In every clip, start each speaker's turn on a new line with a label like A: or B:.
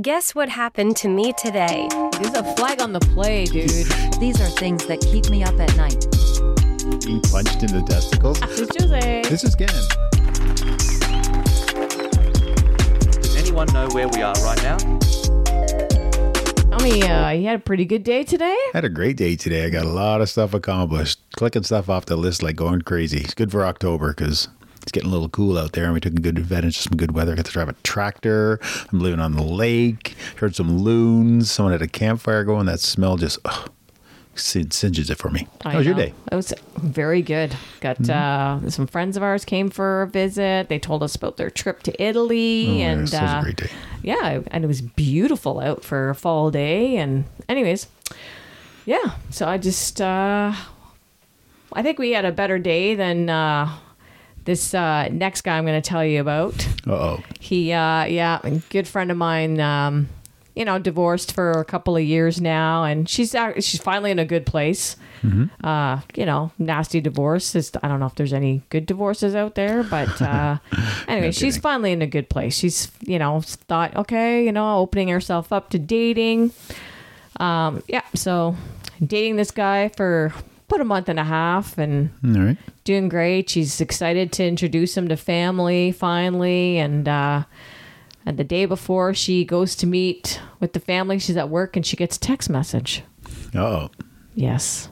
A: Guess what happened to me today?
B: There's a flag on the play, dude.
C: These are things that keep me up at night.
D: Being punched in the testicles.
B: It's Jose.
D: This is Gannon.
E: Does anyone know where we are right now?
B: I mean, uh, you had a pretty good day today.
D: Had a great day today. I got a lot of stuff accomplished. Clicking stuff off the list like going crazy. It's good for October because it's getting a little cool out there, and we took a good advantage of some good weather. Got to drive a tractor. I'm living on the lake. Heard some loons. Someone had a campfire going. That smell just ugh, sin- singes it for me.
B: I
D: How was your
B: know.
D: day? Mm-hmm.
B: It was very good. Got uh, some friends of ours came for a visit. They told us about their trip to Italy,
D: yeah,
B: and
D: such a
B: uh,
D: great day.
B: yeah, and it was beautiful out for a fall day. And anyways, yeah. So I just, uh, I think we had a better day than uh, this uh, next guy I'm going to tell you about.
D: Uh oh.
B: He, uh, yeah, a good friend of mine. Um, you know, divorced for a couple of years now, and she's act- she's finally in a good place. Uh, you know, nasty divorce. It's, I don't know if there's any good divorces out there, but uh, anyway, she's
D: kidding.
B: finally in a good place. She's you know thought okay, you know, opening herself up to dating. Um, yeah, so dating this guy for about a month and a half, and
D: All right.
B: doing great. She's excited to introduce him to family finally. And uh, and the day before she goes to meet with the family, she's at work and she gets a text message.
D: Uh oh.
B: Yes.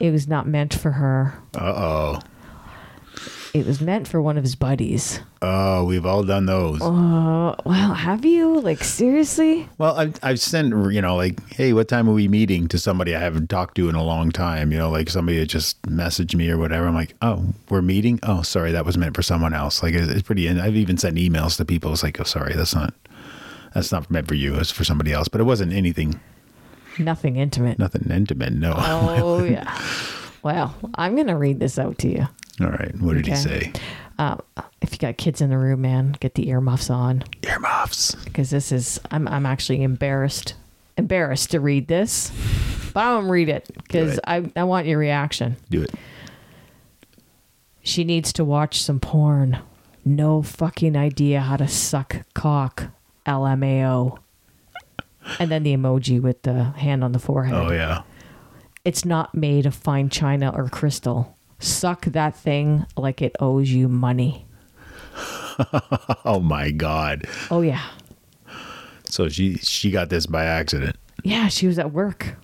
B: it was not meant for her.
D: Uh oh.
B: It was meant for one of his buddies.
D: Oh, we've all done those.
B: Wow, have you? Like seriously?
D: Well, I've, I've sent, you know, like, hey, what time are we meeting to somebody I haven't talked to in a long time? You know, like somebody that just messaged me or whatever. I'm like, oh, we're meeting? Oh, sorry, that was meant for someone else. Like, it's, it's pretty, and I've even sent emails to people. It's like, oh, sorry, that's not, that's not meant for you. It's for somebody else. But it wasn't anything,
B: Nothing intimate.
D: nothing intimate. No.
B: Oh yeah. Well, I'm gonna read this out to you.
D: all right. What did he
B: Okay.
D: say?
B: Uh, if you got kids in the room, man, get the earmuffs on.
D: Earmuffs.
B: because this is I'm I'm actually embarrassed embarrassed to read this, but I'm gonna read it because
D: it.
B: I I want your reaction.
D: Do it.
B: She needs to watch some porn. No fucking idea how to suck cock. LMAO. And then the emoji with the hand on the forehead.
D: Oh, yeah.
B: It's not made of fine china or crystal. Suck that thing like it owes you money.
D: Oh, my God.
B: Oh yeah.
D: So she, she got this by accident.
B: Yeah, she was at work.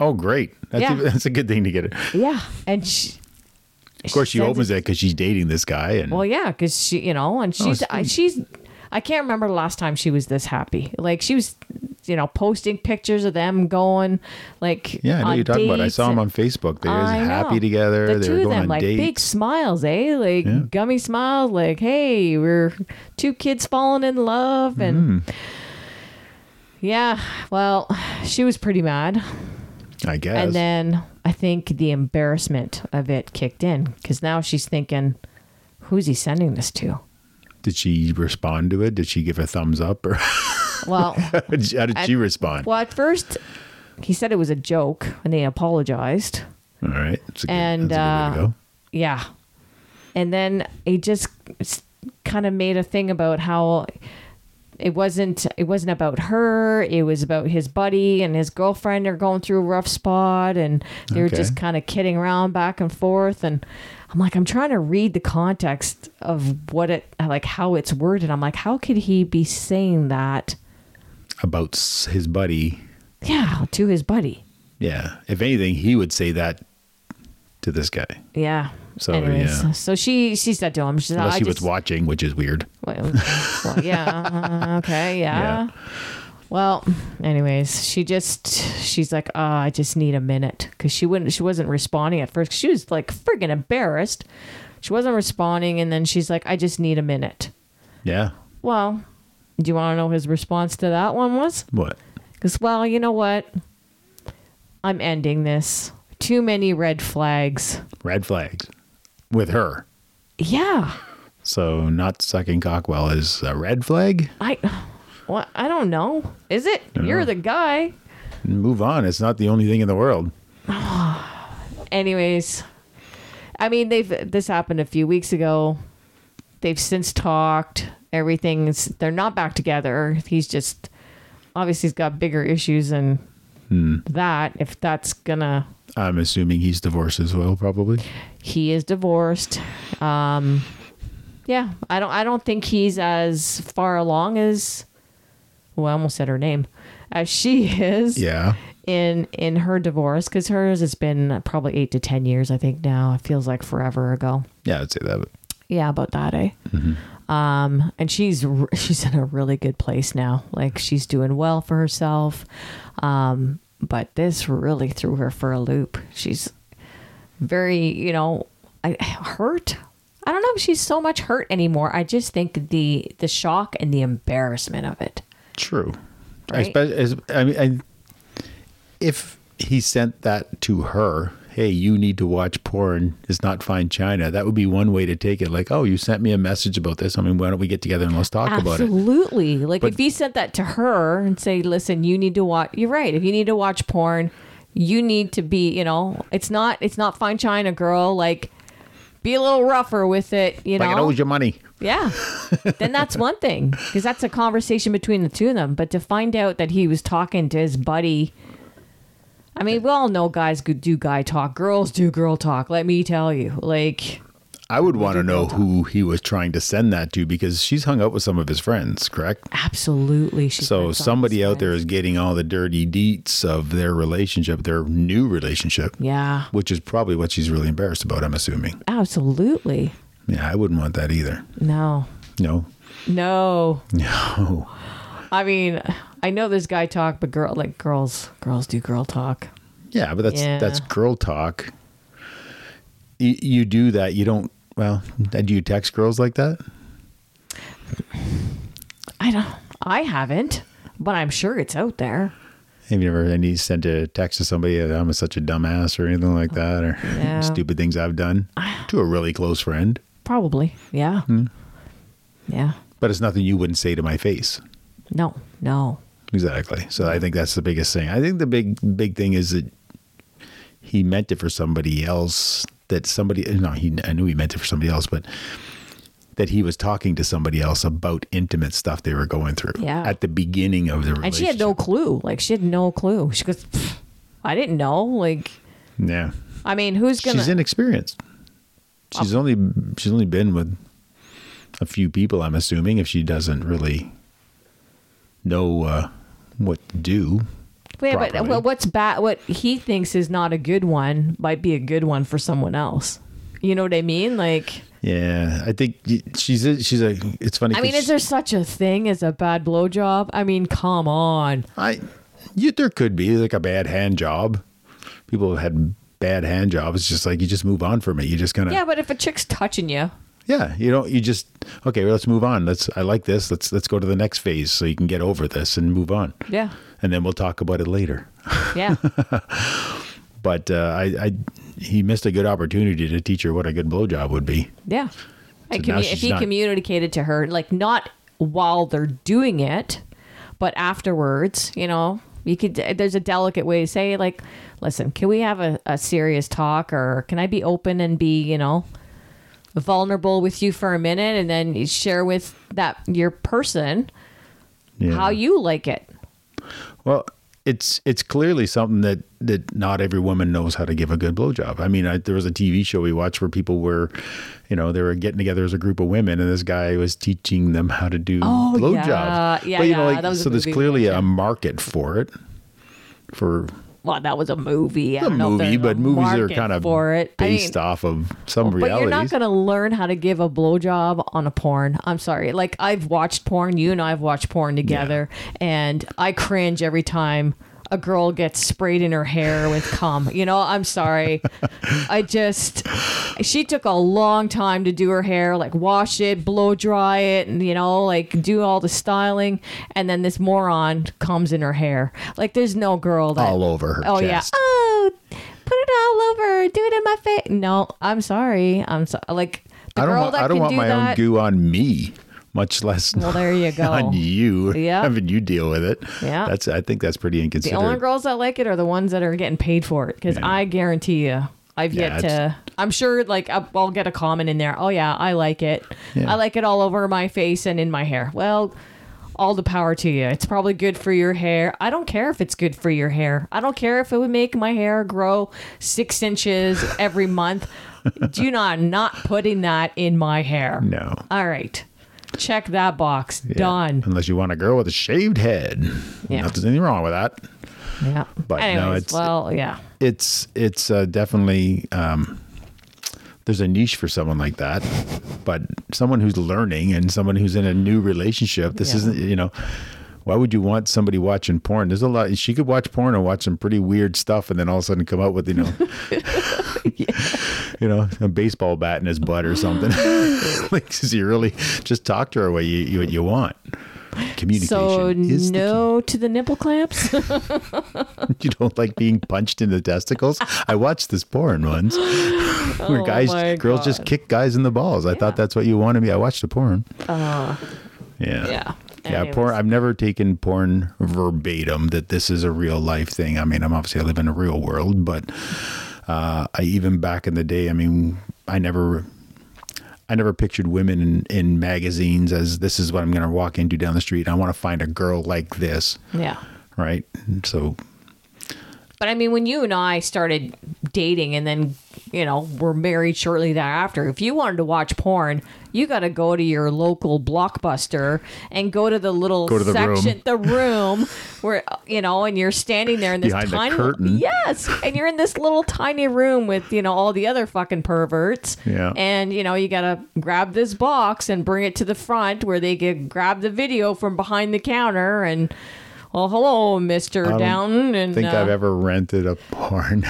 D: Oh, great. That's,
B: Yeah.
D: even, that's a good thing to get it.
B: Yeah. And she
D: Of course, she,
B: sends
D: opens it because she's dating this guy, and
B: Well, yeah, because she, you know,
D: Oh,
B: and she's, I, she's, I can't remember the last time she was this happy. Like she was, you know, posting pictures of them going, like,
D: yeah, I know
B: on
D: you're talking about. I
B: dates
D: saw them
B: and-
D: on Facebook. They were
B: I
D: happy
B: know.
D: together.
B: The
D: they
B: two
D: were
B: of
D: going
B: them,
D: on
B: like
D: dates.
B: big smiles, eh? Like gummy smiles, like, hey, we're two kids falling in love, and
D: Mm-hmm.
B: yeah. Well, she was pretty mad.
D: I guess.
B: And then I think the embarrassment of it kicked in because now she's thinking, who's he sending this to?
D: Did she respond to it? Did she give a thumbs up, or how
B: Well,
D: did she- how did she respond?
B: well, at first he said it was a joke and they apologized.
D: All right, that's a good,
B: And,
D: that's a good way to
B: uh, Yeah. And then he just kind of made a thing about how it wasn't it wasn't about her, it was about his buddy and his girlfriend are going through a rough spot and they were
D: Okay.
B: just kind of kidding around back and forth and I'm like I'm trying to read the context of what it like how it's worded. I'm like how could he be saying that?
D: go. about s- his buddy.
B: Yeah, to his buddy.
D: Yeah, if anything, he would say that to this guy
B: Yeah.
D: So,
B: Anyways,
D: yeah.
B: so she she said to him, she said,
D: unless
B: I
D: he
B: just,
D: was watching, which is weird.
B: well, well, yeah, uh, okay, yeah.
D: Yeah.
B: Well, anyways, she just she's like, oh, I just need a minute because she wouldn't she wasn't responding at first. She was like friggin' embarrassed. She wasn't responding, and then she's like, I just need a minute.
D: Yeah,
B: Well, do you want to know his response to that one was?
D: what?
B: Because well, you know what, I'm ending this. Too many red flags.
D: Red flags with her.
B: Yeah.
D: So not sucking cock well is a red flag.
B: I what I don't know. Is it? You're the guy.
D: Move on. It's not the only thing in the world.
B: Anyways, I mean, they've this happened a few weeks ago. They've since talked. Everything's they're not back together. He's just obviously he's got bigger issues than that. If that's gonna
D: I'm assuming he's divorced as well, probably.
B: he is divorced. Um, yeah, I don't. I don't think he's as far along as. Well, I almost said her name, as she is.
D: Yeah.
B: In in her divorce, because hers has been probably eight to ten years. I think now it feels like forever ago.
D: Yeah, I'd say that.
B: Yeah, about that, eh? Um, and she's r- she's in a really good place now. Like she's doing well for herself. Um, but this really threw her for a loop. She's very, you know, I, hurt. I don't know if she's so much hurt anymore. I just think the the shock and the embarrassment of it.
D: True.
B: Right?
D: I, spe- as, I mean, I- if he sent that to her, hey, you need to watch porn. It's not fine China. That would be one way to take it. Like, oh, you sent me a message about this. I mean, why don't we get together and let's talk about it?
B: Absolutely. Like
D: But-
B: if you sent that to her and say, "Listen, you need to watch." You're right. If you need to watch porn, you need to be. You know, it's not. It's not fine china, girl. Like, be a little rougher with it. You
D: Like, it
B: know.
D: owes you money.
B: yeah. then that's one thing because that's a conversation between the two of them. But to find out that he was talking to his buddy. I mean, we all know guys could do guy talk, girls do girl talk. Let me tell you, like,
D: I would want to know who he was trying to send that to because she's hung out with some of his friends, correct?
B: absolutely. She
D: So
B: puts on
D: somebody
B: this
D: out there
B: face.
D: is getting all the dirty deets of their relationship, their new relationship,
B: Yeah,
D: which is probably what she's really embarrassed about, I'm assuming.
B: absolutely.
D: Yeah, I wouldn't want that either.
B: No,
D: No.
B: no.
D: No.
B: I mean, I know there's guy talk, but girl, like girls, girls do girl talk.
D: Yeah, but that's
B: Yeah.
D: that's girl talk. You, you do that. You don't. Well, do you text girls like that?
B: I don't. I haven't, but I'm sure it's out there.
D: Have you ever any sent a text to somebody that I'm such a dumbass or anything like that, or
B: Yeah.
D: stupid things I've done to a really close friend?
B: Probably. Yeah.
D: Hmm.
B: Yeah.
D: But it's nothing you wouldn't say to my face.
B: No. No.
D: Exactly. So I think that's the biggest thing. I think the big big thing is that he meant it for somebody else. That somebody eh, no, he I knew he meant it for somebody else, but that he was talking to somebody else about intimate stuff they were going through
B: Yeah.
D: at the beginning of the relationship.
B: And she had no clue. Like she had no clue. She goes, "Pfft, I didn't know. Like,
D: Yeah,
B: I mean, who's gonna? Oh.
D: she's inexperienced. She's only she's only been with a few people. I'm assuming if she doesn't really know uh, what to do.
B: Yeah, but
D: properly.
B: what- what's bad? What he thinks is not a good one might be a good one for someone else. You know what I mean? Like.
D: Yeah, I think she's a, she's a. It's funny.
B: I
D: 'cause
B: mean, is there such a thing as a bad blowjob? I mean, come on.
D: I, you, there could be like a bad hand job. People have had bad hand jobs. It's just like you just move on from it. You just kind of
B: Yeah, but if a chick's touching you,
D: yeah. You don't. You just okay. Well, let's move on. Let's. I like this. Let's let's go to the next phase so you can get over this and move on.
B: yeah,
D: And then we'll talk about it later.
B: yeah,
D: But uh, I, I, he missed a good opportunity to teach her what a good blowjob would be.
B: yeah. and
D: now
B: commu-
D: she's
B: if he
D: not-
B: communicated to her, like not while they're doing it, but afterwards, you know, you could. uh, There's a delicate way to say, like, listen, can we have a, a serious talk, or can I be open and be, you know, vulnerable with you for a minute, and then you share with that your person
D: Yeah.
B: how you like it.
D: Well, it's it's clearly something that that not every woman knows how to give a good blowjob. I mean, I, there was a TV show we watched where people were, you know, they were getting together as a group of women, and this guy was teaching them how to do
B: Oh,
D: blowjobs.
B: yeah. Yeah,
D: but you know,
B: yeah,
D: like
B: that was a
D: so, there's
B: movie we
D: clearly
B: watched,
D: a market for it. For
B: well, that was a movie. I
D: a
B: don't know if
D: movie,
B: there's a
D: but movies are
B: market
D: kind of
B: for it. I
D: based
B: mean,
D: off of some
B: But you're not
D: realities.
B: going to learn how to give a blowjob on a porn. I'm sorry. Like I've watched porn. You and I have watched porn together, and I cringe every time a girl gets sprayed in her hair with cum. You know, I'm sorry. I just she took a long time to do her hair, like wash it, blow dry it, and you know, like do all the styling, and then this moron comes in her hair. Like there's no girl that
D: All over her
B: Oh
D: chest.
B: yeah. Oh, put it all over. Do it in my face. No, I'm sorry. I'm so like the
D: I don't
B: girl
D: want,
B: that
D: I don't
B: can
D: want
B: do
D: my
B: that.
D: own goo on me, much less
B: Well, there you go.
D: on you.
B: Yeah.
D: having you deal with it.
B: Yeah.
D: that's I think that's pretty
B: the
D: inconsiderate.
B: only girls that like it are the ones that are getting paid for it. Because
D: Yeah.
B: I guarantee you, I've
D: Yeah,
B: yet
D: it's-
B: to. I'm sure, like I'll I'll get a comment in there. Oh yeah, I like it.
D: Yeah.
B: I like it all over my face and in my hair. Well, all the power to you. It's probably good for your hair. I don't care if it's good for your hair. I don't care if it would make my hair grow six inches every month. Do not not putting that in my hair.
D: No.
B: All right. Check that box.
D: Yeah.
B: Done.
D: Unless you want a girl with a shaved head.
B: Yeah.
D: Not there's anything wrong with that.
B: Yeah.
D: But no,
B: Anyways,
D: it's-
B: well, yeah.
D: It's it's uh, definitely um, there's a niche for someone like that, but someone who's learning and someone who's in a new relationship. This
B: Yeah.
D: isn't you know. Why would you want somebody watching porn? There's a lot. She could watch porn and watch some pretty weird stuff, and then all of a sudden come out with you know, you know, a baseball bat in his butt or something. like, 'cause you really just talk to her what you, you what you want. Communication.
B: So
D: is the key.
B: no to the nipple clamps.
D: you don't like being punched in the testicles. I watched this porn once where
B: Oh
D: guys,
B: my
D: girls just
B: God.
D: kick guys in the balls. I thought that's what you wanted me. I watched the porn. yeah.
B: Uh, yeah.
D: Yeah,
B: Anyways.
D: porn. I've never taken porn verbatim that this is a real life thing. I mean, I'm obviously I live in a real world, but uh, I even back in the day, I mean, I never, I never pictured women in, in magazines as this is what I'm going to walk into down the street. I want to find a girl like this,
B: Yeah.
D: right? So
B: But I mean, when you and I started dating and then, you know, were married shortly thereafter, if you wanted to watch porn, you got to go to your local blockbuster and go to the little
D: Go to the room.
B: section, the room where, you know, and you're standing there in this
D: Behind the
B: tiny
D: curtain.
B: Yes. And you're in this little tiny room with, you know, all the other fucking perverts.
D: Yeah.
B: And, you know, you got to grab this box and bring it to the front where they can grab the video from behind the counter and. Well, hello, Mister Downton. And
D: think I've
B: uh,
D: ever rented a porn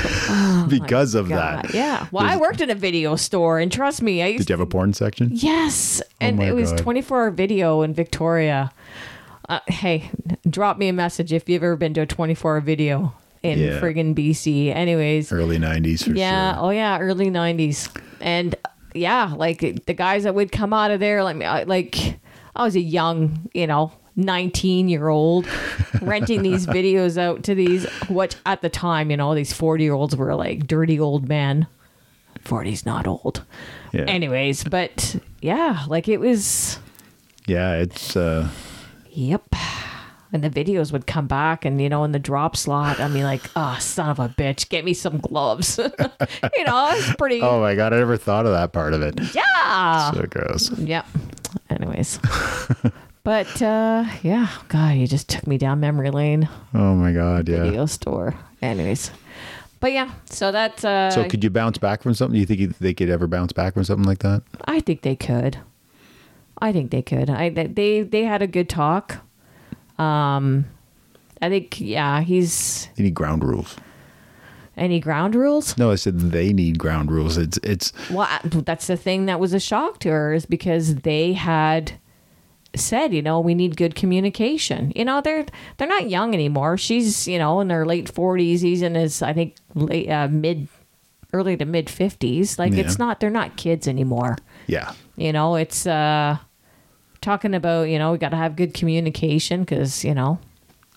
D: because of that.
B: Oh God, Yeah. Well, I
D: There's-
B: worked in a video store, and trust me, I used
D: Did you have a porn section?
B: yes, and
D: my
B: it was
D: God.
B: twenty four hour video in Victoria. Uh, hey, drop me a message if you've ever been to a twenty four hour video in
D: Yeah.
B: friggin' BC. Anyways,
D: Early '90s for
B: yeah.
D: sure.
B: Oh yeah, early nineties, and uh, yeah, like it- the guys that would come out of there, like I- like I was a young, you know. 19 year old renting these videos out to these what at the time you know these 40 year olds were like dirty old men 40's not old
D: Yeah.
B: anyways but yeah like it was
D: Yeah, it's uh,
B: Yep. And the videos would come back, and you know, in the drop slot, I mean, like, oh, son of a bitch, get me some gloves. you know, it's pretty.
D: oh my god, I never thought of that part of it.
B: Yeah.
D: So gross.
B: Yep. Anyways. but uh, yeah, God, you just took me down memory lane.
D: Oh my god, yeah.
B: Video store. Anyways. But yeah, so that's. Uh,
D: So could you bounce back from something? Do you think you- they could ever bounce back from something like that?
B: I think they could. I think they could. I th- they they had a good talk. Um, I think yeah, he's
D: They need ground rules.
B: any ground rules.
D: No, I said they need ground rules. It's it's
B: Well, I- that's the thing that was a shock to her is because they had said, you know, we need good communication. You know, they're they're not young anymore. She's you know in her late forties. He's in his I think late uh, mid, early to mid fifties. Like
D: Yeah.
B: it's not they're not kids anymore.
D: yeah.
B: You know, it's uh talking about you know we got to have good communication because you know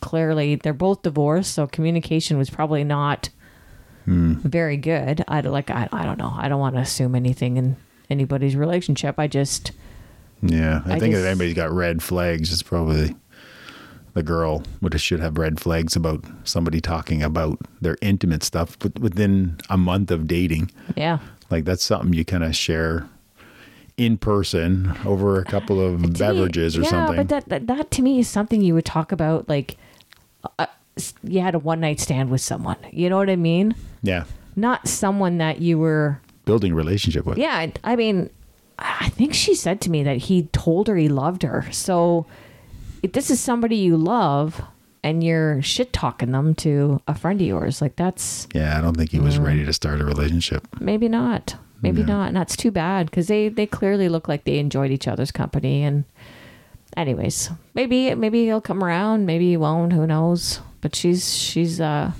B: clearly they're both divorced, so communication was probably not
D: Hmm.
B: very good. I like I I don't know. I don't want to assume anything in anybody's relationship. I just
D: Yeah, I,
B: I
D: think if
B: just-
D: anybody's got red flags, it's probably the girl would should have red flags about somebody talking about their intimate stuff with- within a month of dating.
B: yeah.
D: Like that's something you kind of share in person over a couple of
B: To me-
D: beverages or
B: yeah,
D: something.
B: but that, that that to me is something you would talk about like uh, s- you had a one night stand with someone. You know what I mean?
D: yeah,
B: Not someone that you were
D: building a relationship with.
B: yeah, I- I mean, I think she said to me that he told her he loved her. So if this is somebody you love and you're shit talking them to a friend of yours, like that's
D: Yeah, I don't think he was ready to start a relationship.
B: maybe not. Maybe
D: Yeah.
B: not. And that's too bad because they, they clearly look like they enjoyed each other's company. And, anyways, maybe maybe he'll come around. Maybe he won't. Who knows? But she's she's uh,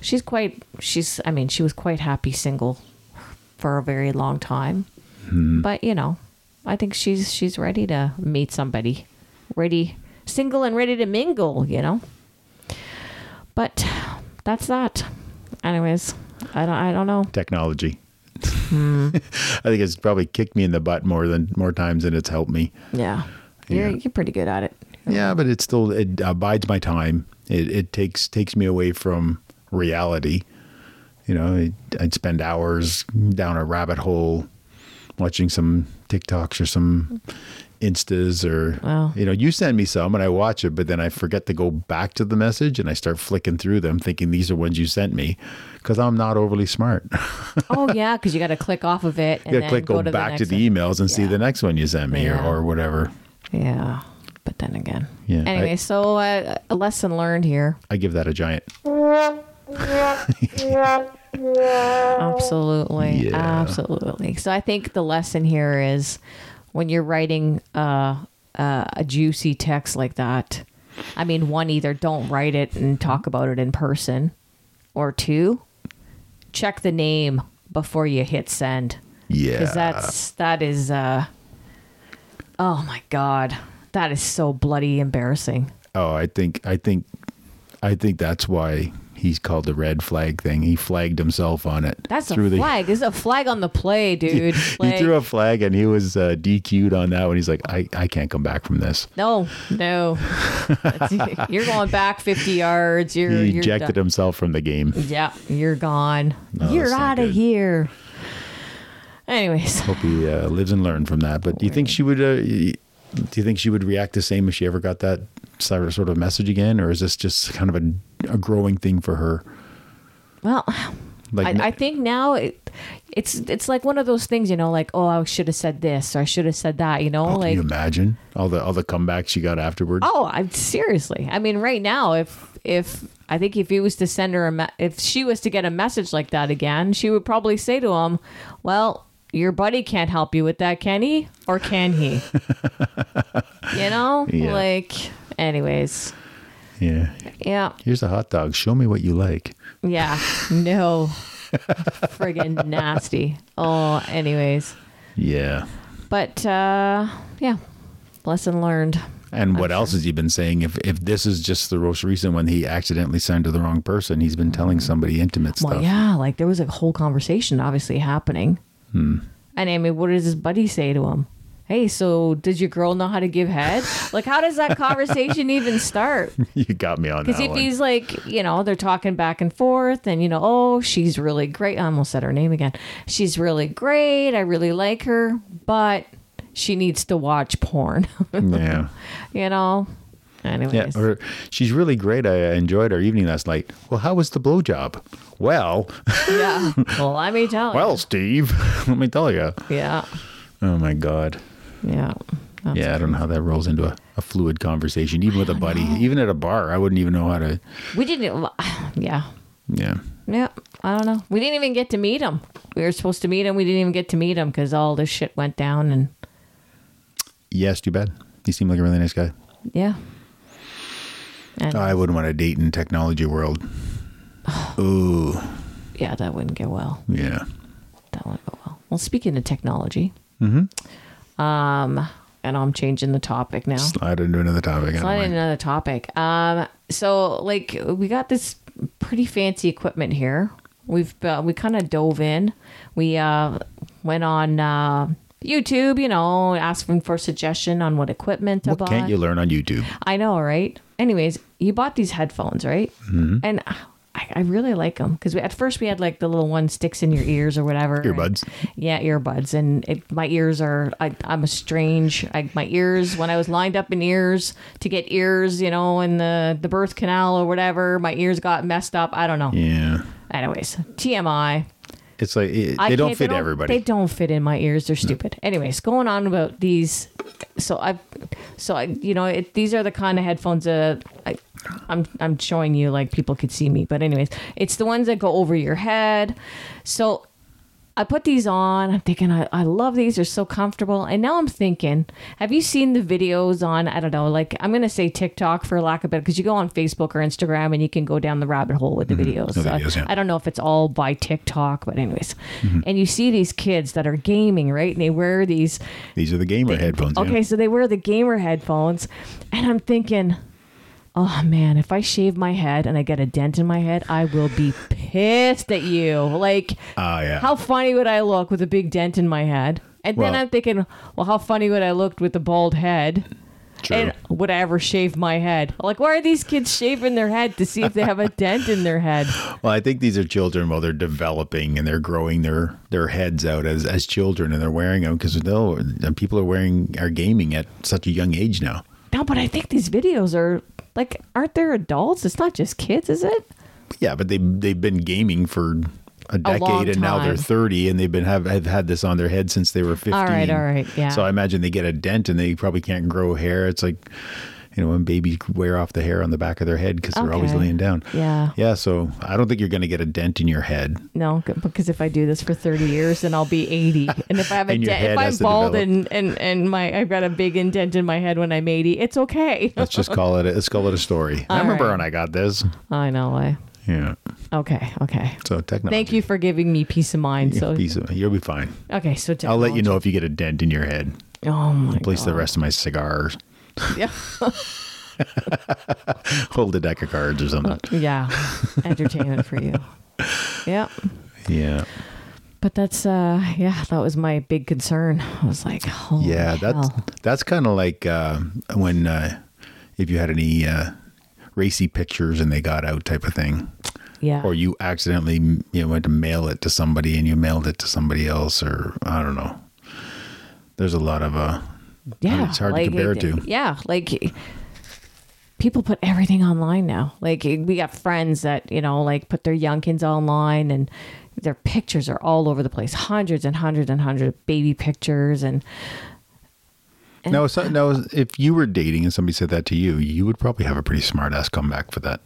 B: she's quite she's. I mean, she was quite happy single for a very long time. But you know, I think she's she's ready to meet somebody, ready single and ready to mingle. You know. But that's that. Anyways, I don't. I don't know.
D: technology.
B: Hmm.
D: I think it's probably kicked me in the butt more than more times than it's helped me.
B: Yeah. You're,
D: Yeah.
B: you're pretty good at it.
D: Yeah, but it still it abides my time. It it takes takes me away from reality. You know, I'd, I'd spend hours down a rabbit hole watching some TikToks or some Instas or
B: Wow.
D: you know, you send me some and I watch it, but then I forget to go back to the message and I start flicking through them, thinking these are ones you sent me, because I'm not overly smart.
B: Oh yeah, because you got to click off of it and
D: you
B: then
D: gotta click
B: go,
D: go,
B: to
D: back
B: the
D: to
B: next
D: the emails and see
B: Yeah.
D: the next one you sent me
B: Yeah.
D: or, or whatever.
B: one. Yeah. But then again.
D: e- Yeah, I-
B: Anyway, so uh, a lesson learned here.
D: I give that a giant.
B: Absolutely.
D: Yeah.
B: Absolutely. So I think the lesson here is when you're writing uh, uh, a juicy text like that, I mean, one, either don't write it and talk about it in person, or two, check the name before you hit send.
D: Yeah.
B: Because that's, that is, uh, oh my God, that is so bloody embarrassing.
D: Oh, I think I think I think that's why he's called the red flag thing. He flagged himself on it.
B: That's a
D: Through the-
B: flag. This is a flag on the play, dude.
D: he
B: Like-
D: threw a flag and he was uh, DQ'd on that one. He's like, I, I can't come back from this.
B: No, no. That's- you're going back 50 yards. You're,
D: He
B: you're
D: ejected
B: done.
D: himself from the game.
B: Yeah, you're gone.
D: No,
B: you're
D: that's not
B: out of
D: good.
B: here. Anyways,
D: Hope he uh, lives and learn from that. But do you think she would? Uh, y- do you think she would react the same if she ever got that sort of- sort of message again, or is this just kind of a, a growing thing for her?
B: well,
D: Like,
B: I, I think now it, it's it's like one of those things, you know, like oh, I should have said this or I should have said that, you know,
D: oh, can
B: like
D: you imagine all the all the comebacks she got afterwards?
B: oh, I'm seriously. I mean, right now, if if I think if he was to send her a me- if she was to get a message like that again, she would probably say to him, "Well, your buddy can't help you with that, can he? Or can he? you know,
D: Yeah.
B: like, anyways,
D: Yeah,
B: yeah,
D: here's a hot dog. Show me what you like.
B: yeah, no, friggin' nasty. Oh, anyways,
D: Yeah.
B: but uh, yeah, lesson learned.
D: And what else has he been saying? If if this is just the most recent one, he accidentally signed to the wrong person. He's been telling somebody intimate
B: Mm. Well,
D: stuff.
B: yeah, like there was a whole conversation obviously happening.
D: Hmm.
B: And I mean, what does his buddy say to him? Hey, so did your girl know how to give head? like, how does that conversation even start?
D: You got me on that
B: Because if
D: one.
B: he's like, you know, they're talking back and forth, and you know, oh, she's really great. I almost said her name again. She's really great. I really like her, but she needs to watch porn.
D: yeah.
B: you know. Anyways,
D: Yeah. Or she's really great. I enjoyed our evening last night. Well, how was the blowjob? Well,
B: yeah. Well, let me tell
D: well, Steve, let me tell you.
B: you. Yeah.
D: Oh my God.
B: Yeah. That's
D: yeah, I don't know how that rolls into a, a fluid conversation, even with a buddy, even at a bar. I wouldn't even know how to.
B: We didn't. Yeah.
D: Yeah.
B: Yeah. I don't know. We didn't even get to meet him. We were supposed to meet him. We didn't even get to meet him because all this shit went down. And
D: Yes, too bad. You seem like a really nice guy.
B: yeah. And
D: I wouldn't want to date in technology world. Ooh,
B: yeah, that wouldn't go well.
D: yeah.
B: That wouldn't go well. Well, speaking of technology, mm-hmm. um, and I'm changing the topic now.
D: Slide into another topic. I don't
B: Slide in
D: mind.
B: another topic. Um, so like we got this pretty fancy equipment here. We've uh, we kind of dove in. We uh, went on uh, YouTube, you know, asking for suggestion on what equipment to buy.
D: What can't you learn on YouTube?
B: I know, right? Anyways, you bought these headphones, right? Mm-hmm. And I, I really like them because at first we had like the little one sticks in your ears or whatever.
D: Earbuds.
B: And- yeah, earbuds. And it, my ears are, I, I'm a strange, I, my ears, when I was lined up in ears to get ears, you know, in the, the birth canal or whatever, my ears got messed up. I don't know.
D: Yeah,
B: Anyways, TMI.
D: it's like it,
B: I
D: they don't
B: can't-
D: fit everybody.
B: They don't fit in my ears. They're stupid. Anyways, going on about these. So I, so I, you know, it, these are the kind of headphones that I, I'm I'm showing you like people could see me. But anyways, it's the ones that go over your head. So I put these on. I'm thinking, I, I love these. They're so comfortable. And now I'm thinking, have you seen the videos on, I don't know, like I'm going to say TikTok for lack of better, because you go on Facebook or Instagram and you can go down the rabbit hole with the videos.
D: Mm-hmm. The videos, yeah. Mm-hmm.
B: I don't know if it's all by TikTok, but anyways. And you see these kids that are gaming, right? And they wear these
D: These are the gamer headphones. yeah.
B: Okay, so they wear the gamer headphones, and I'm thinking, Oh man, if I shave my head and I get a dent in my head, I will be pissed at you. Like,
D: Oh, yeah.
B: how funny would I look with a big dent in my head? And then
D: Well-
B: I'm thinking, well, how funny would I look with a bald head?
D: True.
B: And would I ever shave my head? Like, why are these kids shaving their head to see if they have a dent in their head?
D: Well, I think these are children while they're developing and they're growing their their heads out as as children, and they're wearing them because they'll and people are wearing are gaming at such a young age now.
B: No, but I think these videos are like, aren't there adults? It's not just kids, is it?
D: Yeah, but they they've been gaming for a decade,
B: long
D: and now they're
B: time.
D: thirty, and they've been have, have had this on their head since they were fifteen.
B: All right, all right, yeah.
D: So I imagine they get a dent, and they probably can't grow hair. It's like you know when babies wear off the hair on the back of their head because they're always
B: Okay.
D: laying down.
B: Yeah.
D: yeah. So I don't think you're going to get a dent in your head.
B: No, c- because if I do this for 30 years, then I'll be 80. And if I have a
D: And your
B: dent,
D: head
B: if I'm
D: has to
B: bald
D: develop.
B: and, and, and my I've got a big indent in my head when I'm 80, it's okay.
D: Let's just call it. A, let's call it a story. I
B: All
D: remember
B: right.
D: when I got this.
B: I know. I,
D: Yeah.
B: okay. Okay.
D: So technology.
B: Thank you for giving me peace of mind.
D: Yeah,
B: So,
D: piece of- you'll be fine.
B: okay. So,
D: I'll let you
B: technology.
D: know if you get a dent in your head.
B: Oh, my
D: Place the
B: God.
D: rest of my cigars.
B: Yeah.
D: Hold a deck of cards or something.
B: yeah. Entertainment for you. Yeah.
D: Yeah.
B: But that's, uh, yeah, that was my big concern. I was like, oh,
D: Yeah. That's that's kind of like uh, when uh, if you had any uh, racy pictures and they got out type of thing,
B: yeah.
D: or you accidentally you know, went to mail it to somebody and you mailed it to somebody else, or I don't know. There's a lot of uh,
B: yeah,
D: it's hard to compare to.
B: Yeah, like people put everything online now. Like we got friends that you know, like put their youngkins online, and their pictures are all over the place. Hundreds and hundreds and hundreds of baby pictures, and
D: no, so, no. If you were dating and somebody said that to you, you would probably have a pretty smart ass comeback for that.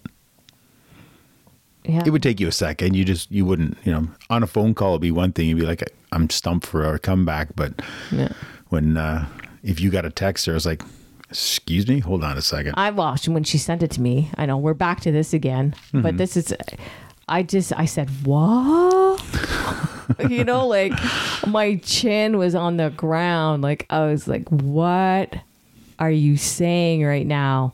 B: yeah,
D: it would take you a second. You just you wouldn't you know on a phone call it'd be one thing. You'd be like I'm stumped for a comeback, but
B: Yeah.
D: when uh, if you got a text, there was like, excuse me, hold on a second.
B: I watched when she sent it to me. I know we're back to this again, but this is. I just I said what? you know, like my chin was on the ground. Like I was like, what are you saying right now?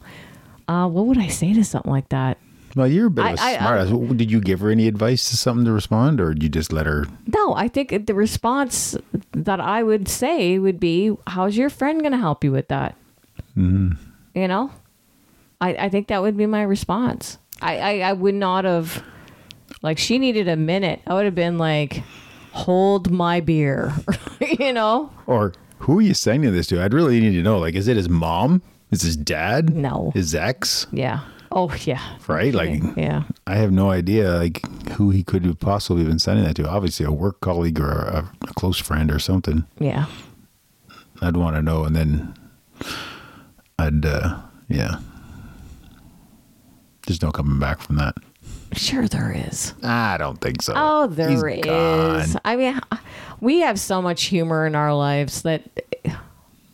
B: Uh, what would I say to something like that?
D: well, you're a bit of a
B: I- I-
D: smart ass. Did you give her any advice to something to respond, or did you just let her?
B: No, I think the response that I would say would be, "How's your friend going to help you with that?"
D: Mm-hmm.
B: Mm. You know, I, I think that would be my response. I, I I would not have like she needed a minute. I would have been like, "Hold my beer," you know.
D: Or who are you sending this to? I'd really need to know. Like, is it his mom? Is his dad?
B: No.
D: His ex?
B: Yeah. Oh yeah.
D: Right? Like,
B: Yeah.
D: I have no idea like who he could have possibly been sending that to. Obviously, a work colleague or a, a close friend or something.
B: Yeah.
D: I'd want to know, and then I'd, uh, yeah. There's no coming back from that.
B: Sure, there is.
D: I don't think so.
B: Oh, there is.
D: He's gone.
B: I mean, we have so much humor in our lives that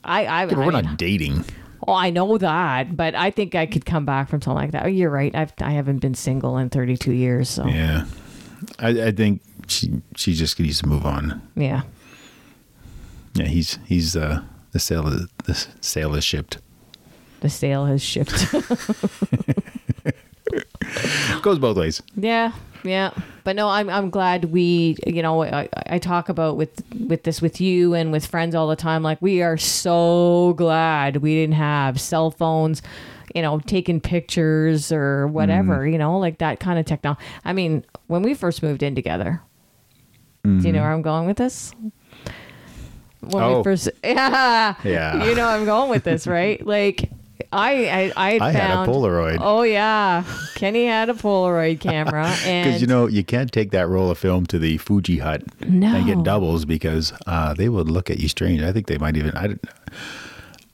B: I I,
D: But
B: I
D: we're
B: mean,
D: not dating.
B: Oh, I know that, but I think I could come back from something like that. Oh, you're right. I've I haven't been single in 32 years, so yeah.
D: Yeah, I, I think she she just needs to move on. Yeah, he's he's uh, the sail is, the sail is shipped.
B: The sail has shifted.
D: Goes both ways.
B: yeah, yeah. But no, I'm I'm glad we, you know, I, I talk about with with this with you and with friends all the time. Like we are so glad we didn't have cell phones, you know, taking pictures or whatever, you know, like that kind of technology. I mean, when we first moved in together, do you know where I'm going with this? When
D: Oh.
B: we first, yeah,
D: Yeah.
B: you know I'm going with this, right? Like I, I, I, had
D: I had a
B: found-
D: Polaroid.
B: Oh yeah, Kenny had a Polaroid camera, and
D: Because you know you can't take that roll of film to the Fuji Hut
B: No.
D: and get doubles because uh, they would look at you strange. I think they might even. I don't-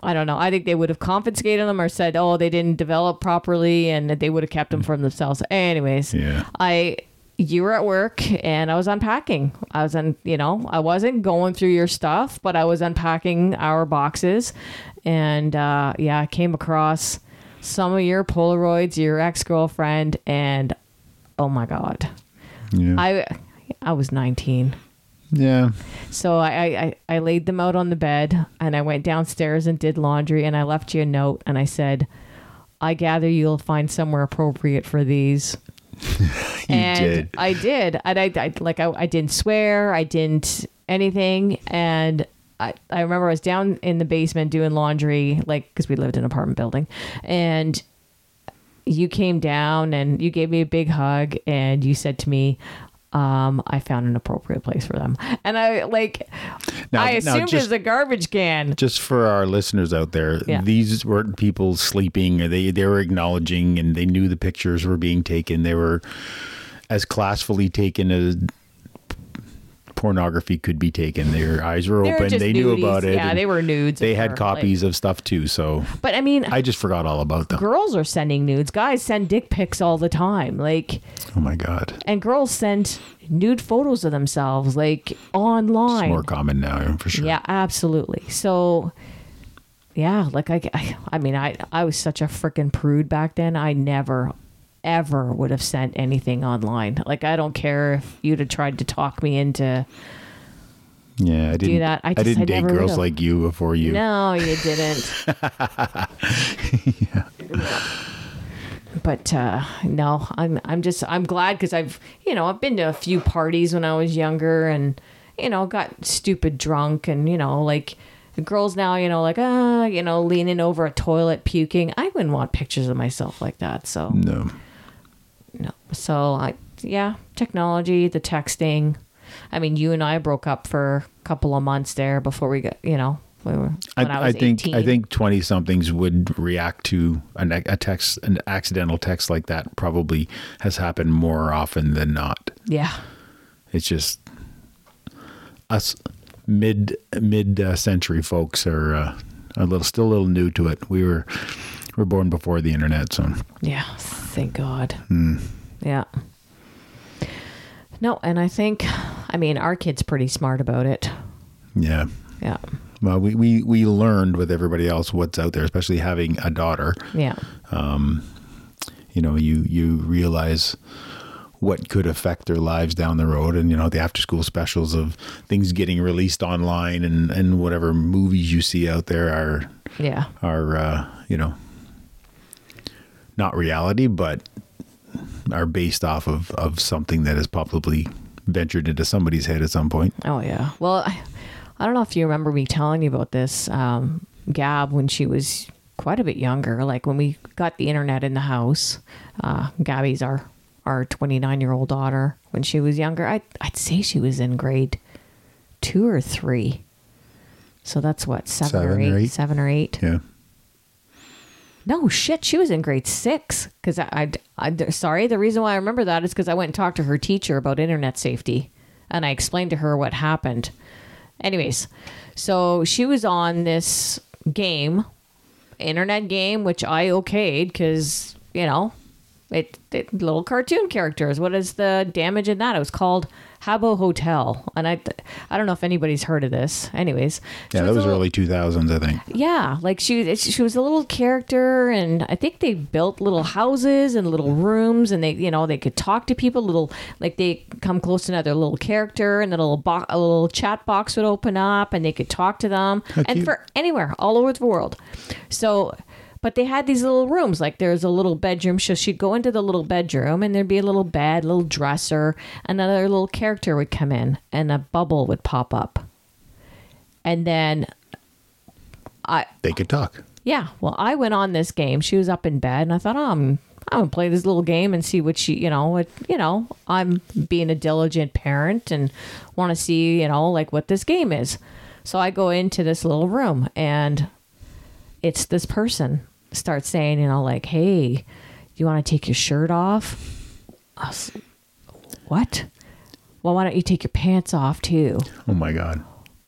B: I don't know. I think they would have confiscated them or said, "Oh, they didn't develop properly," and that they would have kept them for themselves. Anyways,
D: Yeah.
B: I you were at work and I was unpacking. I was un, you know, I wasn't going through your stuff, but I was unpacking our boxes, and uh, yeah, I came across some of your Polaroids, your ex girlfriend, and oh my god,
D: yeah.
B: I I was nineteen.
D: yeah.
B: So I, I, I I laid them out on the bed and I went downstairs and did laundry and I left you a note and I said, I gather you'll find somewhere appropriate for these. and
D: did.
B: I did. And I, I like I, I didn't swear. I didn't anything. And I, I remember I was down in the basement doing laundry, like because we lived in an apartment building, and you came down and you gave me a big hug and you said to me. Um, I found an appropriate place for them, and I like.
D: Now-
B: I
D: now
B: assumed it
D: just-
B: was a garbage can.
D: Just for our listeners out there,
B: Yeah.
D: these weren't people sleeping. Or they they were acknowledging, and they knew the pictures were being taken. They were as classfully taken as pornography could be taken. Their eyes were
B: They were
D: open.
B: just
D: They knew
B: nudies.
D: about it.
B: Yeah,
D: and
B: they were nudes.
D: They
B: and
D: had
B: were, like-
D: copies of stuff too. So
B: But I mean,
D: I just forgot all about them.
B: girls are sending nudes. Guys send dick pics all the time. Like,
D: Oh my god,
B: and girls send nude photos of themselves, like
D: it's
B: online.
D: more common now for sure.
B: Yeah, absolutely. So, yeah, like I, I, I mean, I, I was such a freaking prude back then. I never, ever would have sent anything online. Like, I don't care if you'd have tried to talk me into.
D: Yeah, I didn't
B: that. I
D: I,
B: just-
D: didn't
B: I
D: date
B: never would
D: girls
B: have.
D: like you before you.
B: No, you didn't. But uh, no, I'm I'm just I'm glad because I've you know I've been to a few parties when I was younger and you know got stupid drunk and you know like the girls now you know like ah you know leaning over a toilet puking I wouldn't want pictures of myself like that so
D: No.
B: no. So I yeah, technology, the texting. I mean, you and I broke up for a couple of months there before we got, you know, we were,
D: I,
B: when I, was
D: I think
B: 18.
D: I think twenty somethings would react to an, a text, an accidental text like that. Probably has happened more often than not.
B: yeah.
D: It's just us mid mid uh, century folks are uh, a little still a little new to it. We were we were born before the internet, so
B: Yeah. Thank God. Yeah. No, and I think I mean, our kid's pretty smart about it.
D: yeah.
B: Yeah.
D: Well, we, we, we learned with everybody else what's out there, especially having a daughter.
B: Yeah.
D: you know you you realize what could affect their lives down the road and you know the after school specials of things getting released online and and whatever movies you see out there are
B: Yeah.
D: are uh, you know not reality but are based off of of something that has probably ventured into somebody's head at some point
B: Oh yeah. Well, I, I don't know if you remember me telling you about this, um, Gab, when she was quite a bit younger. Like when we got the internet in the house, uh, Gabby's our our 29 year old daughter. When she was younger, I I'd say she was in grade two or three. So that's what seven, or,
D: Seven
B: eight,
D: or eight.
B: seven or eight.
D: yeah
B: No shit, she was in grade six. Because I, I, I- th- sorry, the reason why I remember that is because I went and talked to her teacher about internet safety, and I explained to her what happened. Anyways, so she was on this game, internet game, which I okayed because you know, it, it little cartoon characters. What is the damage in that? It was called Habbo Hotel, and I, I don't know if anybody's heard of this. Anyways, she
D: yeah that
B: a
D: was
B: little-
D: early 2000s i think
B: yeah, like she she was a little character, and I think they built little houses and little rooms, and they you know they could talk to people. Little like they come close to another little character, and then a little bo- a little chat box would open up, and they could talk to them, and
D: cute.
B: for anywhere all over the world. So. But they had these little rooms, like there's a little bedroom. So she'd go into the little bedroom, and there'd be a little bed, little dresser. Another little character would come in, and a bubble would pop up. And then
D: they could talk
B: yeah. Well, I went on this game. She was up in bed, and I thought, oh, I'm I'm gonna play this little game and see what she, you know, what you know. I'm being a diligent parent and want to see, you know, like what this game is. So I go into this little room, and it's this person starts saying, you know, like, hey, you want to take your shirt off? I was, what? Well, why don't you take your pants off too?
D: oh my god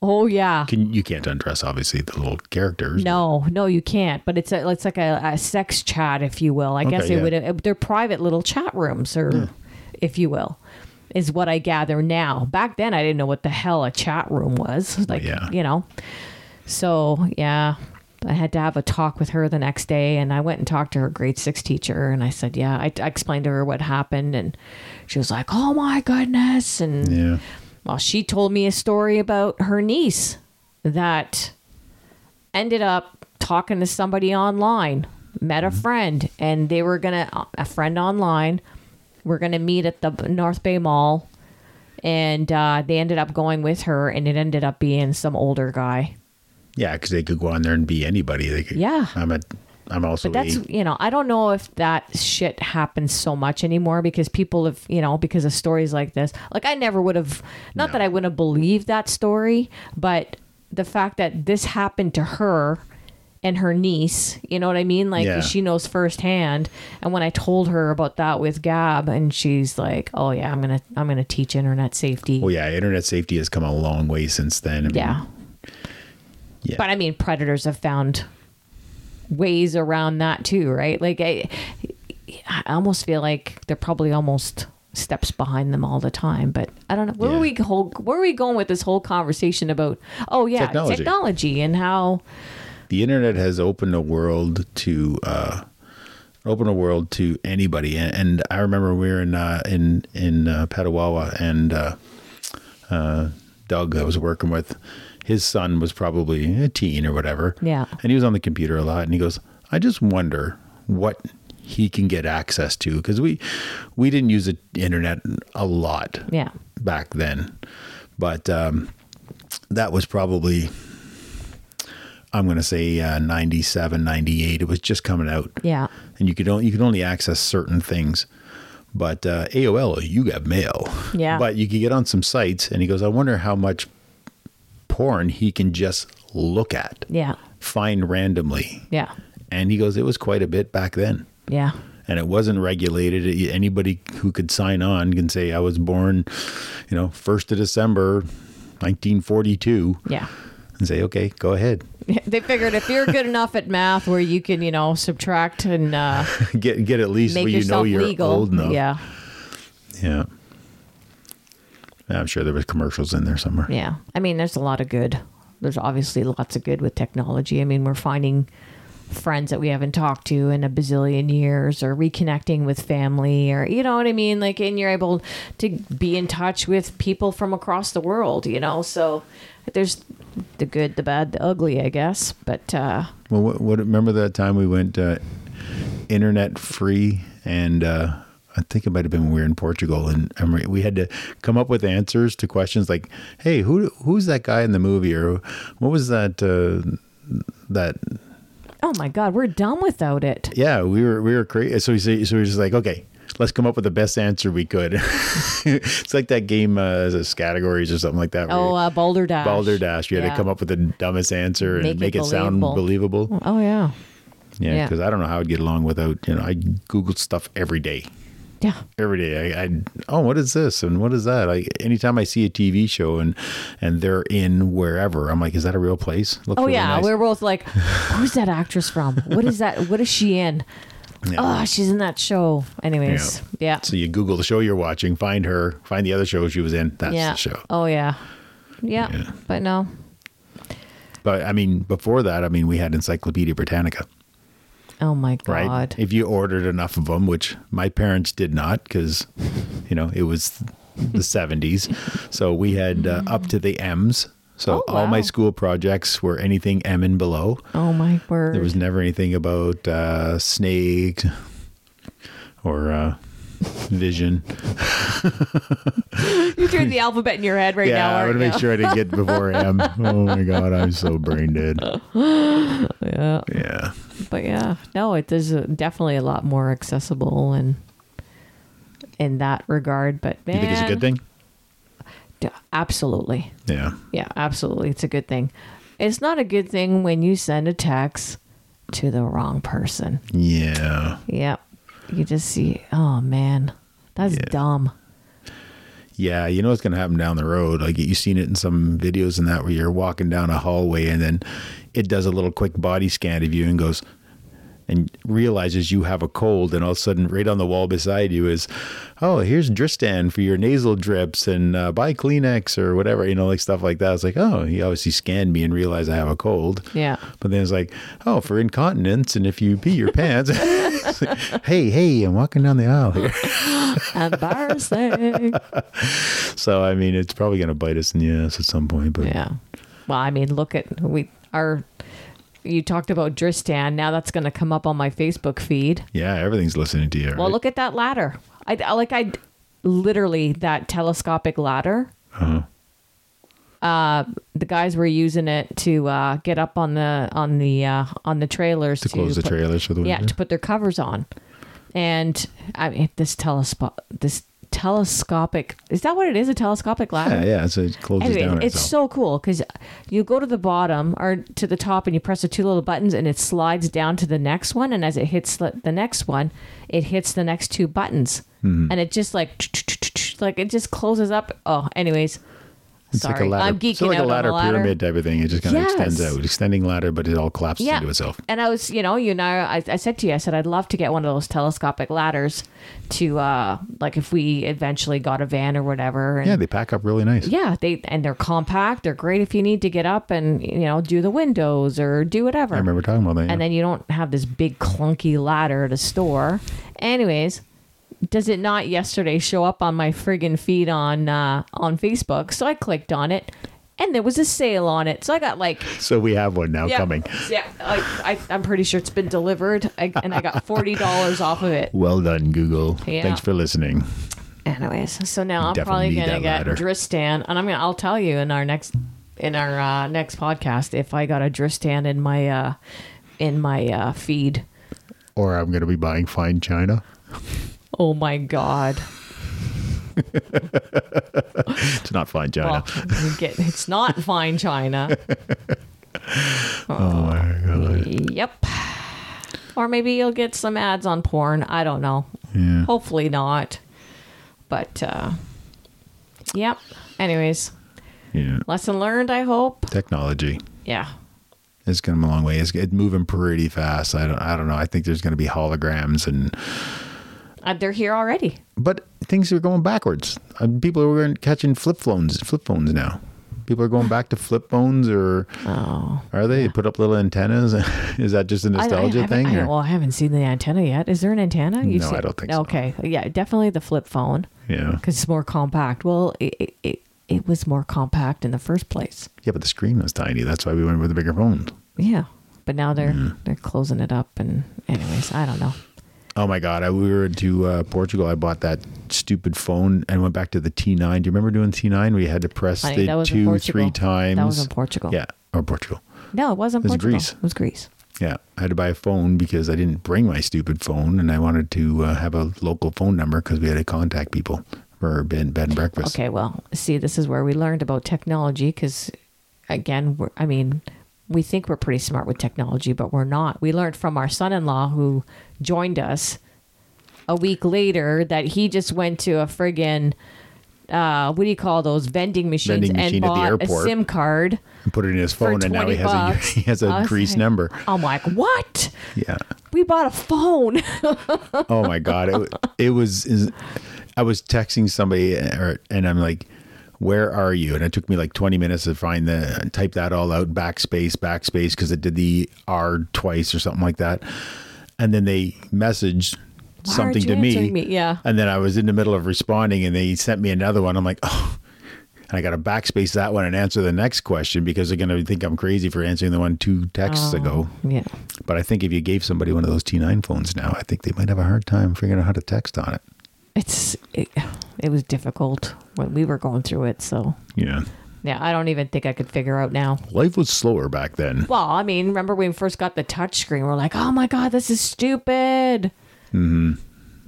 B: Oh yeah.
D: can you can't undress obviously the little characters
B: No, no, you can't. But it's a, it's like a, a sex chat, if you will. I guess
D: Okay,
B: it
D: yeah.
B: would. uh, They're private little chat rooms, or if you will, is what I gather now. Back then, I didn't know what the hell a chat room was. Like,
D: yeah.
B: you know. So yeah, I had to have a talk with her the next day, and I went and talked to her grade six teacher, and I said, yeah, I, I explained to her what happened, and she was like, oh my goodness, and
D: yeah
B: well, she told me a story about her niece that ended up talking to somebody online met a friend, and they were gonna a friend online. We're gonna meet at the North Bay Mall, and uh, they ended up going with her, and it ended up being some older guy.
D: Yeah, because they could go on there and be anybody. They could.
B: Yeah.
D: I'm a. I'm also.
B: But that's
D: a,
B: you know I don't know if that shit happens so much anymore because people have you know because of stories like this. Like I never would have not
D: No.
B: that I wouldn't have believed that story, but the fact that this happened to her and her niece, you know what I mean? Like
D: Yeah.
B: she knows firsthand. And when I told her about that with Gab, and she's like, "Oh yeah, I'm gonna I'm gonna teach internet safety."
D: well, yeah. Internet safety has come a long way since then. I mean,
B: Yeah.
D: Yeah.
B: But I mean, predators have found ways around that too, right? Like, I, I almost feel like they're probably almost steps behind them all the time. But I don't know where
D: Yeah.
B: are we whole, where are we going with this whole conversation about oh yeah
D: Technology.
B: technology and how
D: the internet has opened a world to uh, open a world to anybody. And, and I remember we were in uh, in in uh, Petawawa, and uh, uh, Doug I was working with, his son was probably a teen or whatever.
B: Yeah.
D: and he was on the computer a lot, and he goes, "I just wonder what." he can get access to because we we didn't use the internet a lot
B: yeah
D: back then. But um, that was probably, I'm going to say uh, 97, 98. It was just coming out.
B: yeah
D: And you could, only, you could only access certain things. But uh, AOL, you got mail.
B: Yeah.
D: But you could get on some sites, and he goes, I wonder how much porn he can just look at,
B: yeah
D: find randomly.
B: yeah
D: And he goes, It was quite a bit back then
B: yeah
D: and it wasn't regulated. It- Anybody who could sign on can say I was born, you know, first of December, nineteen forty-two,
B: yeah.
D: and say, okay, go ahead,
B: They figured if you're good enough at math, where you can, you know, subtract and uh,
D: get get at least
B: make
D: where you know
B: yourself
D: you're
B: legal,
D: old enough.
B: yeah,
D: yeah. Yeah, I'm sure there was commercials in there somewhere.
B: Yeah. I mean, there's a lot of good. There's obviously lots of good with technology. I mean, we're finding friends that we haven't talked to in a bazillion years or reconnecting with family or you know what I mean? Like and you're able to be in touch with people from across the world, you know. So there's the good, the bad, the ugly, I guess. But uh
D: Well, what, what remember that time we went uh, internet free, and uh, I think it might have been when we were in Portugal, and, and we- we had to come up with answers to questions like, "Hey, who who's that guy in the movie?" or "What was that?" Uh, that
B: oh my god, we're done without it.
D: yeah, we were we were crazy. So we say, so we were just like, okay. Let's come up with the best answer we could. it's like that game, uh, is it categories or something like that. where
B: Oh,
D: you-
B: uh, Boulder Dash.
D: Balderdash. You had
B: Yeah.
D: to come up with the dumbest answer and
B: Make it
D: make, it, sound believable.
B: Oh yeah.
D: Yeah,
B: Yeah.
D: because I don't know how I'd get along without you know. I googled stuff every day,
B: Yeah.
D: every day. I, I oh, what is this and what is that? I anytime I see a TV show and and they're in wherever, I'm like, is that a real place? Looks
B: Oh
D: really
B: yeah,
D: nice.
B: we were both like, "Who's that actress from? What is that? What is she in? Oh, she's in that show." Anyways, yeah,
D: So you Google the show you're watching, find her, find the other show she was in. That's
B: yeah.
D: the show.
B: Oh yeah. yeah,
D: Yeah.
B: But no,
D: But I mean, before that, I mean, we had Encyclopedia Britannica,
B: oh my
D: right?
B: god,
D: If you ordered enough of them, which my parents did not, because you know it was the 70s, so we had uh, up to the M's. So
B: Oh,
D: all my
B: wow.
D: school projects were anything M and below.
B: oh my word.
D: There was never anything about uh, snake or uh, vision.
B: you hear the alphabet in your head right
D: yeah,
B: now.
D: I
B: aren't
D: want to make
B: you?
D: sure I didn't get before M. Oh my god, I'm so brain dead.
B: Yeah,
D: Yeah,
B: but yeah, no, it is uh, definitely a lot more accessible and in that regard. But man,
D: you think it's a good thing?
B: d- Absolutely.
D: Yeah,
B: Yeah, absolutely. It's a good thing. It's not a good thing when you send a text to the wrong person.
D: yeah.
B: Yep. You just see, oh man, that's
D: Yeah.
B: dumb.
D: Yeah, you know what's going to happen down the road. Like you've seen it in some videos and that where you're walking down a hallway and then it does a little quick body scan of you and goes and realizes you have a cold and all of a sudden right on the wall beside you is oh here's Dristan for your nasal drips and uh, buy Kleenex or whatever you know like stuff like that it's like oh he obviously scanned me and realized I have a cold
B: Yeah.
D: but then it's like, oh, for incontinence, and if you pee your pants, hey, hey, I'm walking down the aisle here.
B: Embarrassing.
D: So I mean, it's probably going to bite us in the ass at some point. But
B: yeah. Well, I mean, look at we our you talked about Dristan. Now that's going to come up on my Facebook feed.
D: Yeah, everything's listening to you.
B: Well,
D: right?
B: look at that ladder. I I- like I literally that telescopic ladder.
D: Uh-huh.
B: Uh, the guys were using it to uh, get up on the on the uh, on the trailers
D: To close the
B: put-
D: trailers for the
B: yeah
D: winter.
B: to put their covers on, and I mean this telescope this telescopic is that what it is a telescopic ladder
D: yeah, yeah. So it closes
B: Anyway,
D: down. on
B: it's
D: itself.
B: so cool because you go to the bottom or to the top and you press the two little buttons and it slides down to the next one. And as it hits the the next one, it hits the next two buttons.
D: Mm-hmm.
B: And it just like, like it just closes up. Oh, anyways.
D: It's
B: sorry.
D: like a ladder.
B: I'm geeking
D: it's like
B: out
D: a ladder,
B: on the ladder.
D: pyramid type of thing. It just kind of extends
B: Yes.
D: out, extending ladder, but it all collapses
B: Yeah.
D: into itself.
B: And I was, you know, you and I, I, I said to you, I said, I'd love to get one of those telescopic ladders to, uh, like if we eventually got a van or whatever. And
D: Yeah, they pack up really nice.
B: yeah they and they're compact they're great if you need to get up and you know do the windows or do whatever
D: I remember talking about that.
B: and
D: yeah.
B: then you don't have this big clunky ladder to store anyways does it not yesterday show up on my friggin feed on uh, on facebook so i clicked on it and there was a sale on it so i got like
D: so we have one now
B: yeah,
D: coming.
B: yeah I, I, i'm pretty sure it's been delivered I, and i got $40 off of it
D: Well done, Google.
B: Yeah.
D: Thanks for listening.
B: anyways so now i'm
D: definitely
B: probably
D: need
B: gonna
D: that
B: get
D: ladder.
B: dristan and i'm gonna i'll tell you in our next in our uh, next podcast if i got a dristan in my uh in my uh feed
D: Or I'm going to be buying fine china.
B: oh my god
D: It's not fine china.
B: well, you get, it's not fine china
D: oh my god.
B: yep or maybe you'll get some ads on porn i don't know
D: Yeah.
B: hopefully not but uh yep anyways
D: Yeah.
B: lesson learned i hope
D: Technology.
B: yeah
D: It's come a long way. It's, it's moving pretty fast. I don't. I don't know. I think there's going to be holograms and
B: uh, they're here already
D: but things are going backwards. Uh, people are going- catching flip phones, flip phones now. People are going back to flip phones, or are they put up little antennas? Is that just a
B: I- I- I
D: nostalgia
B: haven't-
D: thing?
B: I don't-
D: or-
B: well, I haven't seen the antenna yet. Is there an antenna?
D: No, I don't think so.
B: Okay, yeah, definitely the flip phone
D: yeah,
B: because it's more compact. Well, it, it- it it was more compact in the first place.
D: yeah, but the screen was tiny. That's why we went with the bigger phones.
B: Yeah, but now they're
D: Hmm.
B: they're closing it up. And anyways, I don't know.
D: Oh my god! I, we were to uh, Portugal. I bought that stupid phone and went back to the T9. Do you remember doing T9? We had to press
B: Honey, that
D: the
B: was in
D: two,
B: Portugal.
D: three times.
B: That was in Portugal.
D: Yeah, or Portugal.
B: No, it wasn't
D: It was
B: Portugal.
D: Greece.
B: It was Greece.
D: Yeah, I had to buy a phone because I didn't bring my stupid phone, and I wanted to uh, have a local phone number because we had to contact people for bed, bed and breakfast.
B: Okay, well, see, this is where we learned about technology because, again, we're, I mean, we think we're pretty smart with technology, but we're not. We learned from our son in law who joined us a week later that he just went to a friggin' uh, what do you call those vending machines
D: Vending
B: and
D: machine at the
B: bought a
D: airport.
B: SIM card?
D: And put it in his
B: For
D: phone, and now
B: 20
D: he has
B: bucks.
D: a he has
B: I
D: a
B: was
D: Greece
B: like-
D: number.
B: I'm like, what?
D: Yeah.
B: We bought a phone.
D: Oh my god! It, wa- it was. Is, I was texting somebody, or, and I'm like, "Where are you?" And it took me like 20 minutes to find the type that all out, backspace, backspace, because it did the R twice or something like that. And then they messaged
B: Why aren't
D: something
B: you
D: to me,
B: answering me? Yeah.
D: And then I was in the middle of responding, and they sent me another one. I'm like, oh. And I got to backspace that one and answer the next question because they're going to think I'm crazy for answering the one two
B: Oh.
D: texts ago.
B: yeah.
D: But I think if you gave somebody one of those T9 phones now, I think they might have a hard time figuring out how to text on it.
B: It's, it, it was difficult when we were going through it. So,
D: Yeah.
B: yeah, I don't even think I could figure out now.
D: Life was slower back then.
B: Well, I mean, remember when we first got the touch screen? We're like, oh my god, this is stupid. Mm-hmm.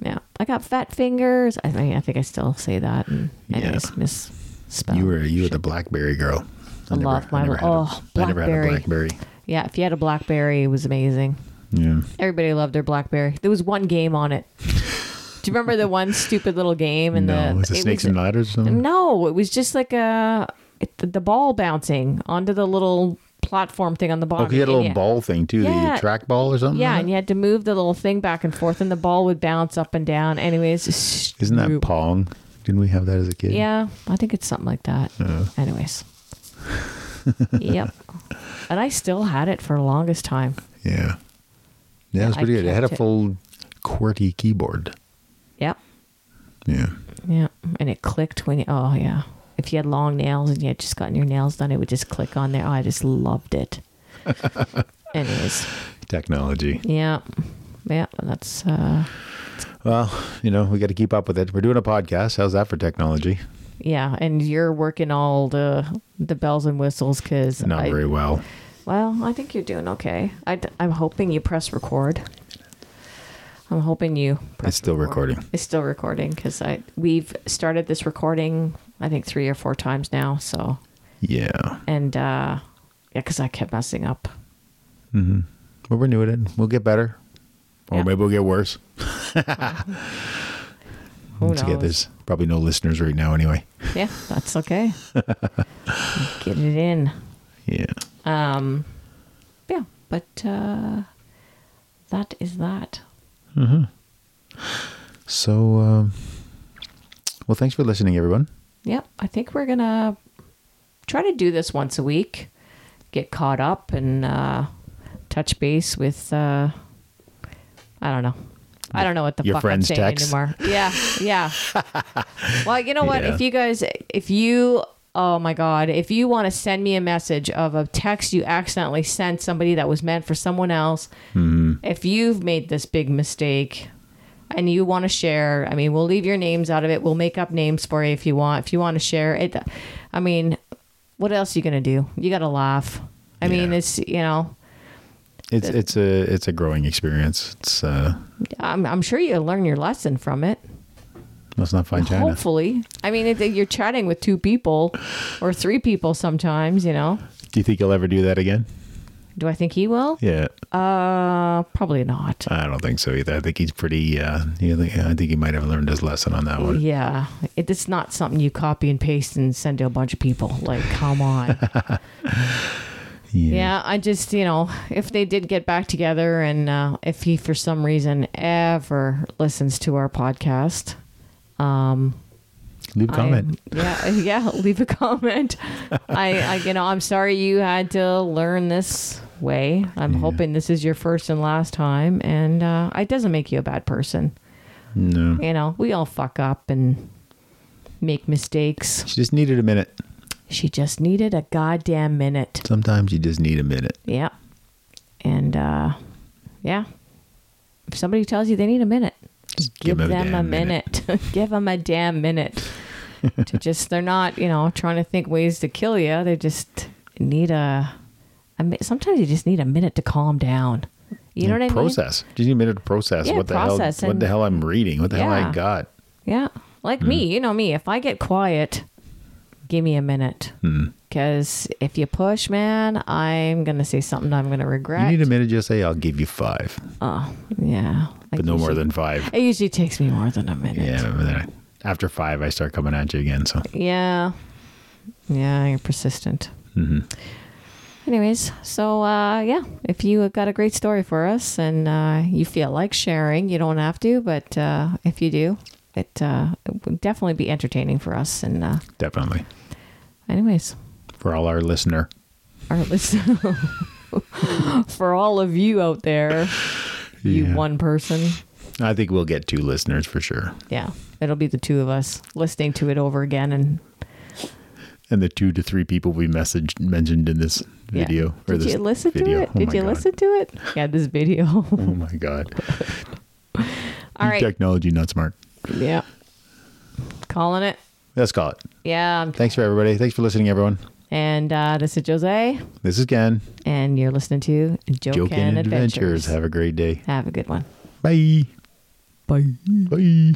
B: Yeah, I got fat fingers. I mean, I think I still say that. And anyways, misspell.
D: You were you were the BlackBerry girl.
B: I love my-
D: had a-
B: oh,
D: I never had a
B: BlackBerry.
D: BlackBerry.
B: yeah, if you had a BlackBerry, it was amazing.
D: Yeah.
B: Everybody loved their BlackBerry. There was one game on it. Do you remember the one stupid little game? And
D: no,
B: the,
D: was Mm, it snakes
B: was-
D: and ladders or something?
B: No, it was just like a it, the ball bouncing onto the little platform thing on the bottom.
D: Oh, you had a little
B: Yeah.
D: ball thing too,
B: Yeah.
D: the track ball or something.
B: Yeah,
D: like
B: and
D: that?
B: you had to move the little thing back and forth, and the ball would bounce up and down. Anyways, it's
D: Isn't that
B: stupid.
D: Pong? Didn't we have that as a kid?
B: Yeah, I think it's something like that. Anyways, yep. And I still had it for the longest time.
D: Yeah. Yeah, it was
B: I
D: pretty good. It had a
B: kept it.
D: full QWERTY keyboard.
B: Yep,
D: Yeah.
B: yeah. And it clicked when you. Oh yeah. If you had long nails and you had just gotten your nails done, it would just click on there. Oh, I just loved it. Anyways,
D: Technology.
B: yeah, yeah, that's uh,
D: Well, you know, we got to keep up with it. We're doing a podcast. How's that for technology?
B: yeah. And you're working all the the bells and whistles because
D: Not very well.
B: Well, I think you're doing okay. I, am hoping you press record. I'm hoping you. Press
D: It's still
B: record.
D: recording.
B: It's still recording because I we've started this recording. I think three or four times now. So
D: Yeah.
B: and uh, yeah, because I kept messing up.
D: But we're new at it. We'll get better. Or
B: Yeah.
D: maybe we'll get worse.
B: Who
D: Once again,
B: knows?
D: Mm, there's probably no listeners right now anyway.
B: Yeah, that's okay. Get it in.
D: Yeah.
B: Um, yeah, but uh, that is that.
D: So, um, well, thanks for listening, everyone.
B: Yep, I think we're gonna try to do this once a week, get caught up and uh, touch base with. Uh, I don't know. I don't know what the
D: Your
B: fuck
D: friends
B: I'm saying
D: text?
B: anymore. Yeah, yeah. well, you know what?
D: Yeah.
B: If you guys, if you, oh my god, if you want to send me a message of a text you accidentally sent somebody that was meant for someone else, if you've made this big mistake and you want to share, I mean, we'll leave your names out of it. We'll make up names for you if you want. If you want to share it, I mean, what else are you gonna do? You gotta laugh. I mean,
D: Yeah.
B: it's you know,
D: It's it's a it's a growing experience. It's uh,
B: I'm, I'm sure you learn your lesson from it.
D: let's not find China.
B: Hopefully, I mean, it, you're chatting with two people or three people sometimes. You know,
D: Do you think you'll ever do that again?
B: do I think he will?
D: Yeah,
B: Uh, probably not.
D: I don't think so either. I think he's pretty. Uh, yeah, I think he might have learned his lesson on that one.
B: Yeah, it, it's not something you copy and paste and send to a bunch of people. Like, come on. Yeah, I just, you know, if they did get back together and uh, if he for some reason ever listens to our podcast, um,
D: leave a
B: I-
D: comment.
B: yeah, yeah, leave a comment. I, I, you know, I'm sorry you had to learn this way. I'm hoping this is your first and last time, and uh, it doesn't make you a bad person.
D: no,
B: You know, we all fuck up and make mistakes.
D: she just needed a minute.
B: She just needed a goddamn minute.
D: Sometimes you just need a minute.
B: Yeah. And uh, yeah, if somebody tells you they need a minute,
D: Just
B: give, them a
D: damn
B: minute. give them a damn minute to just, they're not, you know, trying to think ways to kill you. They just need a, I mean, sometimes you just need a minute to calm down. You know what I mean?
D: process. Just need a minute to process
B: Yeah,
D: what the
B: process
D: hell. What the
B: and-
D: hell I'm reading. What the hell I
B: Yeah.
D: got.
B: Yeah. Like
D: Hmm.
B: me, you know me, if I get quiet, give me a minute.
D: Hmm.
B: Because if you push, man, I'm going to say something I'm going to regret.
D: You need a minute. Just say I'll give you five,
B: oh, yeah. I
D: but no more
B: usually-
D: than five.
B: It usually takes me more than a minute.
D: Yeah, but then I- after five, I start coming at you again. So
B: Yeah. Yeah, you're persistent.
D: Mm-hmm.
B: Anyways, so uh, yeah, if you got a great story for us and uh, you feel like sharing, you don't have to, but uh, if you do, it, uh, it would definitely be entertaining for us. And uh,
D: definitely
B: anyways,
D: for all our listener,
B: our listen for all of you out there, you
D: Yeah.
B: one person,
D: I think we'll get two listeners for sure,
B: yeah, it'll be the two of us listening to it over again and
D: and the two to three people we messaged mentioned in this
B: Yeah.
D: video.
B: Did
D: this
B: you listen
D: video.
B: to it?
D: Oh
B: Did
D: my
B: you
D: God.
B: listen to it? Yeah, this video.
D: Oh my god!
B: All right.
D: Technology not smart.
B: Yeah. Calling it.
D: Let's call it.
B: Yeah. I'm-
D: Thanks for everybody. Thanks for listening, everyone.
B: And uh, this is Jose,
D: This is Ken.
B: and you're listening to Joke
D: Joking
B: and Adventures.
D: Adventures. Have a great day.
B: Have a good one.
D: Bye. Bye. Bye.